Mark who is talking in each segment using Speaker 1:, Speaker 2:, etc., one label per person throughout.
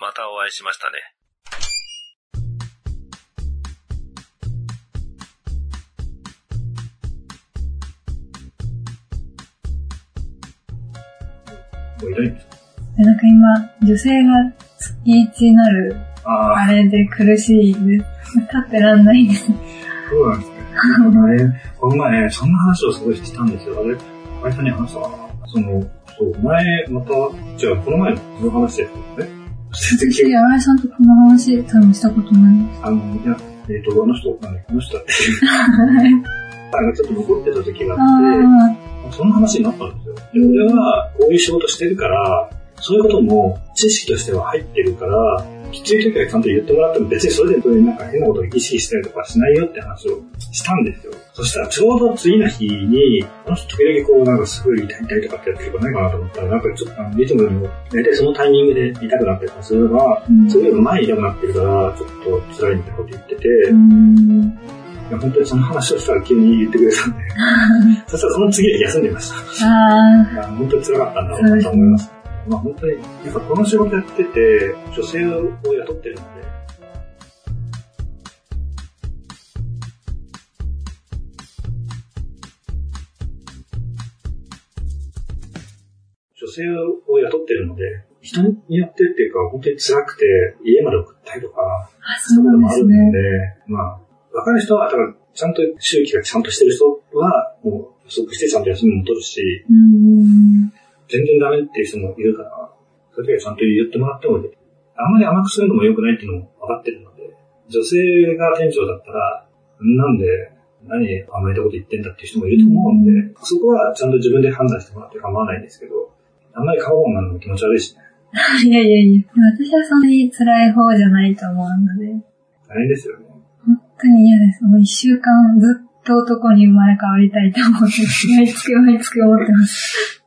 Speaker 1: またお会いしましたね。
Speaker 2: もういない
Speaker 3: でなんか今、女性が月1になる、
Speaker 2: あ
Speaker 3: あ
Speaker 2: あ、
Speaker 3: れで苦しいです。立ってらんないです。
Speaker 2: そうなんですね。あれ、この前、そんな話をすごいしてたんですよ。あれ、会社に話したかなその、そう、前、また、じゃあ、この前、この話してたんですね。してて、
Speaker 3: いや、新井さんとこの話、多分したことないです。
Speaker 2: あの、いや、えっ、と、あの人、なんだっけあの人って、あの、ちょっと残ってた時が
Speaker 3: あ
Speaker 2: あって、
Speaker 3: あ、
Speaker 2: そんな話になったんですよ。で、俺はこういう仕事してるから、そういうことも知識としては入ってるから、きつい時はちゃんと言ってもらっても別にそれでそういうなんか変なことを意識したりとかしないよって話をしたんですよ。そしたらちょうど次の日に、あの人時々こうなんかすごい痛い痛いとかってやってることないかなと思ったら、なんかちょっとあのリズムにも、大体そのタイミングで痛くなったりとかするのが、
Speaker 3: うん
Speaker 2: それより前に痛くなってるから、ちょっと辛いみたいなこと言ってて、
Speaker 3: うん。
Speaker 2: いや本当にその話をしたら急に言ってくれたんで、そしたらその次で休んでました。
Speaker 3: あ
Speaker 2: いや本当に辛かったんだろうなと思います。まあ本当に、やっぱこの仕事やってて、女性を雇ってるので、女性を雇ってるので、人によってっていうか、本当に辛くて、家まで送ったりとか、
Speaker 3: あ、あ、
Speaker 2: そ
Speaker 3: そう
Speaker 2: いう
Speaker 3: う
Speaker 2: のも
Speaker 3: なん
Speaker 2: あ
Speaker 3: で
Speaker 2: る
Speaker 3: す
Speaker 2: ので、
Speaker 3: ね。
Speaker 2: まあ、わかる人は、だから、ちゃんと周期がちゃんとしてる人は、もう、不足してちゃんと休みも取るし、
Speaker 3: うん。
Speaker 2: 全然ダメっていう人もいるから、それだけちゃんと言ってもらってもいい。あんまり甘くするのも良くないっていうのも分かってるので、女性が店長だったら、なんで、何甘えたこと言ってんだっていう人もいると思うんで、そこはちゃんと自分で判断してもらって構わないんですけど、あんまり過保護になるのも気持ち悪いしね。
Speaker 3: いやいやいや、私はそんなに辛い方じゃないと思うので、
Speaker 2: 大変ですよね。
Speaker 3: 本当に嫌です。もう一週間ずっと男に生まれ変わりたいと思って、毎月毎月思ってます。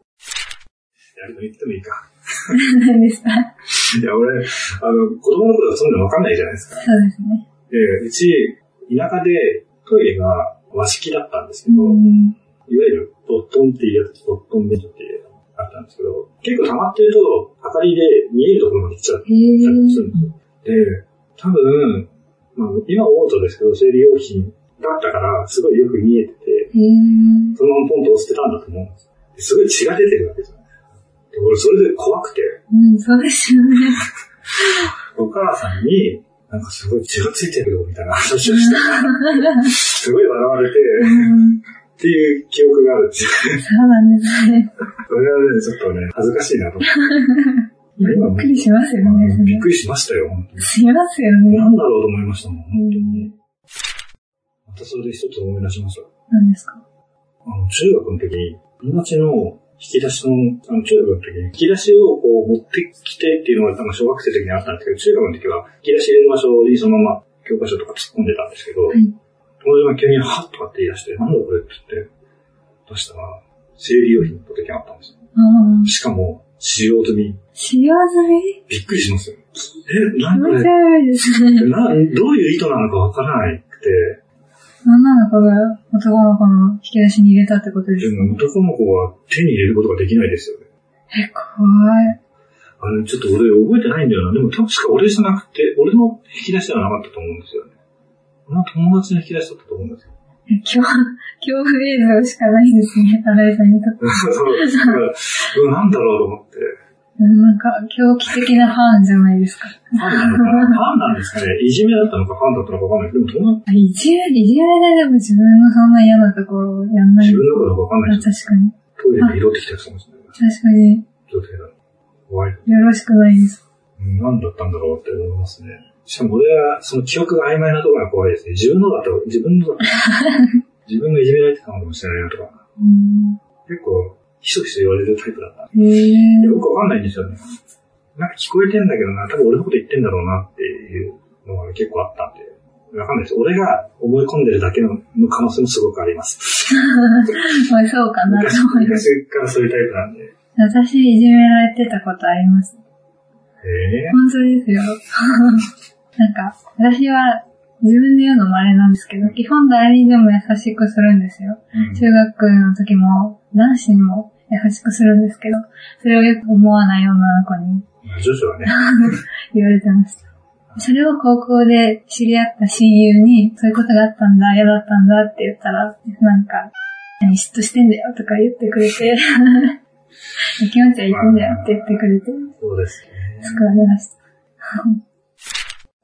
Speaker 2: やると言ってもいいか。
Speaker 3: 何ですか
Speaker 2: いや、俺、あの、子供の頃はそんなの分かんないじゃないですか。
Speaker 3: そうですね。
Speaker 2: で、うち、田舎でトイレが和式だったんですけど、
Speaker 3: うん。
Speaker 2: いわゆるドットンっていうやつ、ドットンベッドっていうのがあったんですけど、結構溜まってると、明かりで見えるところまで来ちゃった
Speaker 3: へ
Speaker 2: りするんです
Speaker 3: え。
Speaker 2: よ。で、多分、まあ、今はオートですけど、生理用品だったから、すごいよく見えてて、
Speaker 3: へえ。
Speaker 2: そのままポンと押してたんだと思うんですよですごい血が出てるわけじゃない。で俺、それで怖くて、
Speaker 3: うん、そうですよね。
Speaker 2: お母さんに、なんかすごい血がついてるよ、みたいな話をしたら、すごい笑われて、
Speaker 3: うん
Speaker 2: っていう記憶があるんですよ。
Speaker 3: そうなんですね。
Speaker 2: それはね、ちょっとね、恥ずかしいな と思って。
Speaker 3: びっくりしますよね。それ
Speaker 2: びっくりしましたよ、本当に。
Speaker 3: しますよね。
Speaker 2: なんだろうと思いましたもん、本当
Speaker 3: う
Speaker 2: に。またそれで一つ思い出しました。
Speaker 3: 何ですか
Speaker 2: あの、中学の時に、友達の引き出しの、あの、中学の時に、引き出しをこう持ってきてっていうのが、なんか小学生の時にあったんですけど、中学の時は、引き出し入れる場所にそのまま教科書とか突っ込んでたんですけど、
Speaker 3: はい
Speaker 2: 友達が急にハッとかって言い出して、なんだこれって言って、出したら、生理用品の時があったんですよ。
Speaker 3: ああ。
Speaker 2: しかも、使用済み。
Speaker 3: 使用済み
Speaker 2: びっくりしますよ。え、
Speaker 3: 気
Speaker 2: 何こ
Speaker 3: 持
Speaker 2: れ
Speaker 3: ち悪いですね。
Speaker 2: な、どういう意図なのかわからないくて、
Speaker 3: 女の子が男の子の引き出しに入れたってことです
Speaker 2: で
Speaker 3: か
Speaker 2: も男の子は手に入れることができないですよね。
Speaker 3: え、怖い。
Speaker 2: あれ、ちょっと俺覚えてないんだよな。でも確か俺じゃなくて、俺の引き出しではなかったと思うんですよね。俺の友達の引き出しだったと思うんですよ。
Speaker 3: え恐、 恐怖映像しかないですね、新井さんにとって。
Speaker 2: そう、だから、うんなんだろうと思って。
Speaker 3: うんなんか、狂気的なファンじゃないですか。
Speaker 2: ファンなのかなファンなんですかね。いじめだったのかファンだったのかわかんないけど、でも友達、
Speaker 3: いじめ、いじめででも自分のそんな嫌なところをやんない
Speaker 2: 自。分のことわかんない
Speaker 3: 確
Speaker 2: 人、
Speaker 3: かに。
Speaker 2: トイレで拾ってきたりしたかもしれない。
Speaker 3: 確かに、
Speaker 2: 女性だ。怖い。
Speaker 3: よろしくないです。
Speaker 2: うん何だったんだろうって思いますね。しかも俺は、その記憶が曖昧なところが怖いですね。自分のだと、自分 のだと、自分がいじめられてたのかもしれないなとか、
Speaker 3: うん。
Speaker 2: 結構、ひそひそ言われるタイプだった。
Speaker 3: へえ
Speaker 2: よくわかんないんですよね。なんか聞こえてんだけどな、多分俺のこと言ってんだろうなっていうのが結構あったんで、わかんないです。俺が思い込んでるだけのの可能性もすごくあります。
Speaker 3: まあそうかなと
Speaker 2: 昔
Speaker 3: 思います。
Speaker 2: 昔からそういうタイプなんで。へ
Speaker 3: 私、いじめられてたことあります。
Speaker 2: え
Speaker 3: 本当ですよ。 なんか、私は自分で言うのもあれなんですけど、基本誰にでも優しくするんですよ。
Speaker 2: うん
Speaker 3: 中学の時も、男子にも優しくするんですけど、それをよく思わない女の子に
Speaker 2: 徐々はね、
Speaker 3: 言われてました。それを高校で知り合った親友に、そういうことがあったんだ、嫌だったんだって言ったら、なんか、何嫉妬してんだよとか言ってくれて、 気持ちはいいんだよって言ってくれて、
Speaker 2: そうですね。
Speaker 3: 救われました。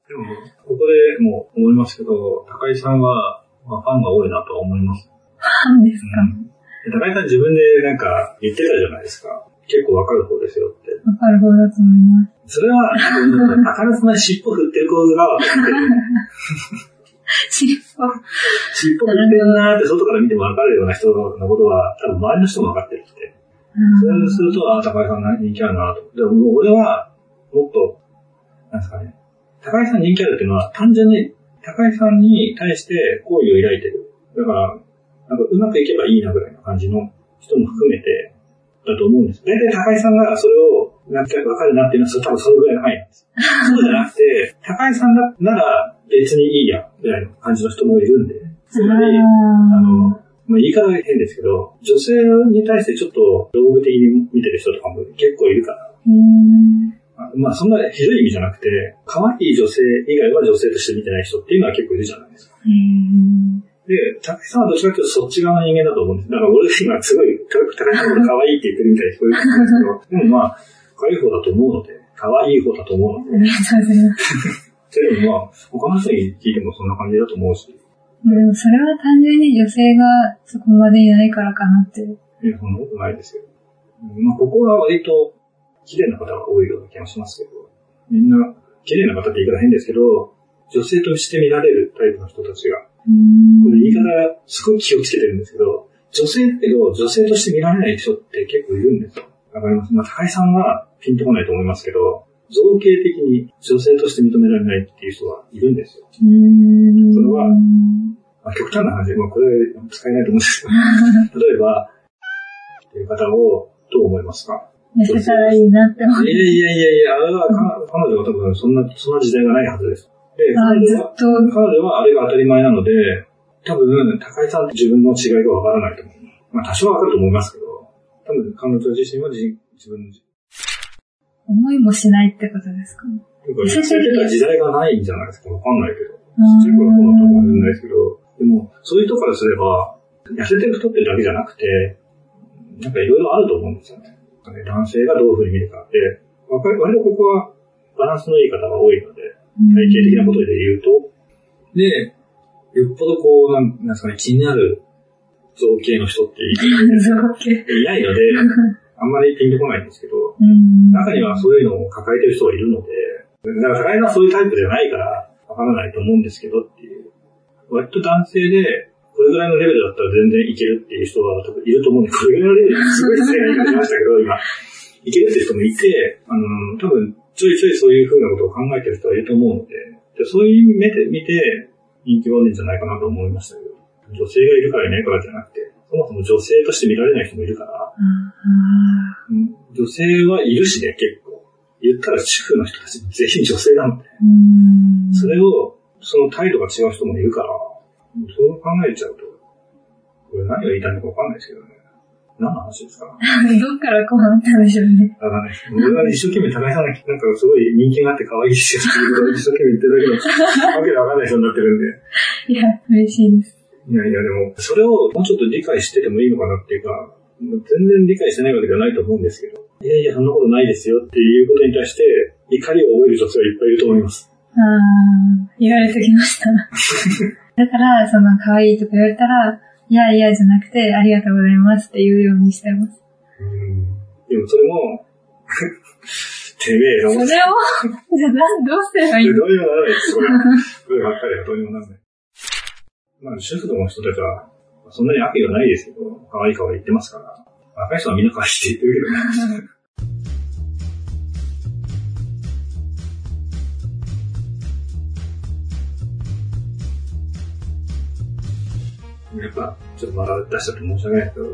Speaker 2: でも、ここでもう思いますけど、高井さんは、まあ、ファンが多いなとは思います。
Speaker 3: なんですか
Speaker 2: うんで高井さん自分でなんか言ってたじゃないですか。結構わかる方ですよって。
Speaker 3: わかる方だと思います。
Speaker 2: それは、宝妻に尻尾振ってる子が、
Speaker 3: 知りそう。
Speaker 2: 尻尾振ってるなーって外から見てもわかるような人のことは、多分周りの人もわかってるって。それをすると、あ、高井さん人気あるなと。でももう俺は、もっと、なんですかね、高井さん人気あるっていうのは、単純に高井さんに対して好意を抱いてる。だから、なんかうまくいけばいいなぐらいの感じの人も含めて、だと思うんです。大体高井さんがそれを、なんかわかるなっていうのは、それ多分そのぐらいの範囲なんです。そうじゃなくて、高井さんだなら別にいいや、ぐらいの感じの人もいるんで、つまり、あの、まあ、言い方が変ですけど、女性に対してちょっと道具的に見てる人とかも結構いるから、
Speaker 3: へー
Speaker 2: あまあそんなひどい意味じゃなくて、可愛い女性以外は女性として見てない人っていうのは結構いるじゃないですか。
Speaker 3: へー
Speaker 2: で、高井さんはどちらかというとそっち側の人間だと思うんです。だから俺今すごい、高井さんのこと可愛いって言ってるみたいに聞こえるんですけど、でもまあ、可愛い方だと思うので、可愛い方だと思うので、
Speaker 3: ありがとうございます。
Speaker 2: でもまあ、他の人に聞いてもそんな感じだと思うし、
Speaker 3: でもそれは単純に女性がそこまでいないからかなって。
Speaker 2: いや、そんなことないですよ。うんまあ、ここは割と、綺麗な方が多いような気がしますけど、みんな、綺麗な方って言い方変ですけど、女性として見られるタイプの人たちが、
Speaker 3: う
Speaker 2: こ
Speaker 3: ーん
Speaker 2: れ言い方、すごい気をつけてるんですけど、女性だけど、女性として見られない人って結構いるんですよ。わかります。まあ、高井さんはピンとこないと思いますけど、造形的に女性として認められないっていう人はいるんですよ。
Speaker 3: うーん
Speaker 2: それはまあ、極端な話で、まあ、これ使えないと思うんですけど、例えば、っていう方をどう思いますか
Speaker 3: 痩せたらいいなって思っ
Speaker 2: いやいやいやいや、あれはか彼女は多分そんな、そんな時代がないはずです。で、
Speaker 3: た。あ
Speaker 2: 彼
Speaker 3: ず
Speaker 2: 女
Speaker 3: っ
Speaker 2: は、
Speaker 3: と、
Speaker 2: 彼女はあれが当たり前なので、多分、高井さんと自分の違いがわからないと思う。まあ、多少わかると思いますけど、多分、彼女自身は自自分の、
Speaker 3: 思いもしないってことですかね。
Speaker 2: というか、生きてた時代がないんじゃないですかわかんないけど。
Speaker 3: うーん
Speaker 2: 中学校のとかもいるんですけど、でも、そういう人からすれば、痩せて太ってるだけじゃなくて、なんかいろいろあると思うんですよね。なんかね男性がどういう風に見るかって、わかり割とここはバランスのいい方が多いので、体系的なことで言うと、で、よっぽどこう、なんなんですかね、気になる造形の人って
Speaker 3: 造形。
Speaker 2: いないので、あんまりピンとこないんですけど、
Speaker 3: うん
Speaker 2: 中にはそういうのを抱えてる人がいるので、だから高井さんはそういうタイプじゃないから、わからないと思うんですけどっていう。割と男性で、これぐらいのレベルだったら全然いけるっていう人は多分いると思うんで、これぐらいのレベルすごい失礼な言い方しましたけど、今。いけるって人もいて、あの、多分、ちょいちょいそういう風なことを考えてる人はいると思うので、でそういう目で見て、人気はあるんじゃないかなと思いましたけど、女性がいるからいないからじゃなくて、そもそも女性として見られない人もいるから、
Speaker 3: ああ
Speaker 2: うん女性はいるしね、結構。言ったら主婦の人たち全員女性なんで。
Speaker 3: うーん
Speaker 2: それを、その態度が違う人もいるから、そう考えちゃうと、これ何が言いたいのかわかんないですけどね。何の話ですか
Speaker 3: どっからこうなったんでしょうね。
Speaker 2: ただね、俺が一生懸命高井さんがなんかすごい人気があって可愛いですよっていうことを一生懸命言ってるだけの、わけでわかんない人になってるんで。
Speaker 3: いや、嬉しいです。
Speaker 2: いやいや、でも、それをもうちょっと理解しててもいいのかなっていうか、全然理解してないわけじゃないと思うんですけど、いやいや、そんなことないですよっていうことに対して、怒りを覚える女性はいっぱいいると思います。
Speaker 3: ああ、言われてきました。だから、その、可愛いとか言われたら、いやいやじゃなくて、ありがとうございますって言うようにしてます。
Speaker 2: うん。でもそれも、 てめえが
Speaker 3: それを、
Speaker 2: もう、
Speaker 3: じゃあなん、どうすればいいの
Speaker 2: どうにもならないです、それ。そればっかりはどうにもならない。まあ、主婦の人たちは、そんなに悪意はないですけど、可愛い可愛い言ってますから、若い人はみんな可愛いって言ってるけどね。やっぱ、ちょっとまだ出しちゃって申し訳ないけど、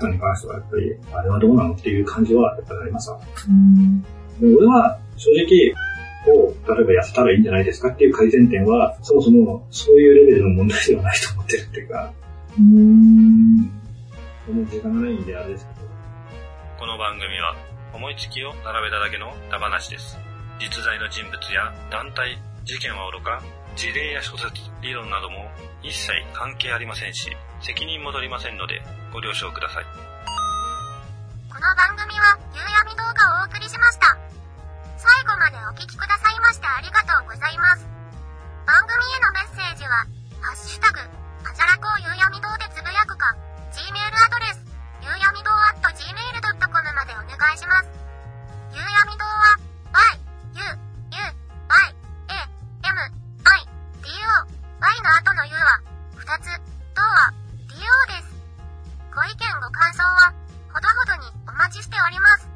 Speaker 2: 何に関してはやっぱり、あれはどうなのっていう感じはやっぱりありますわ
Speaker 3: うん
Speaker 2: で俺は、正直、こう、例えば痩せたらいいんじゃないですかっていう改善点は、そもそもそういうレベルの問題ではないと思ってるっていうか、
Speaker 3: うん
Speaker 2: この時間がないんであれですけど、
Speaker 1: この番組は思いつきを並べただけのダ話です。実在の人物や団体、事件はおろか、事例や諸説、理論なども一切関係ありませんし、責任も取りませんのでご了承ください。
Speaker 4: この番組は夕闇動画をお送りしました。最後までお聞きくださいましてありがとうございます。番組へのメッセージは、ハッシュタグ、あじゃらこう夕闇堂でつぶやくか、Gmail アドレス、夕闇堂 at gmail.com までお願いします。夕闇堂は、y, u, u, y, a, m, i, d, o, y の後の u は、2つ、とは、do です。ご意見ご感想は、ほどほどにお待ちしております。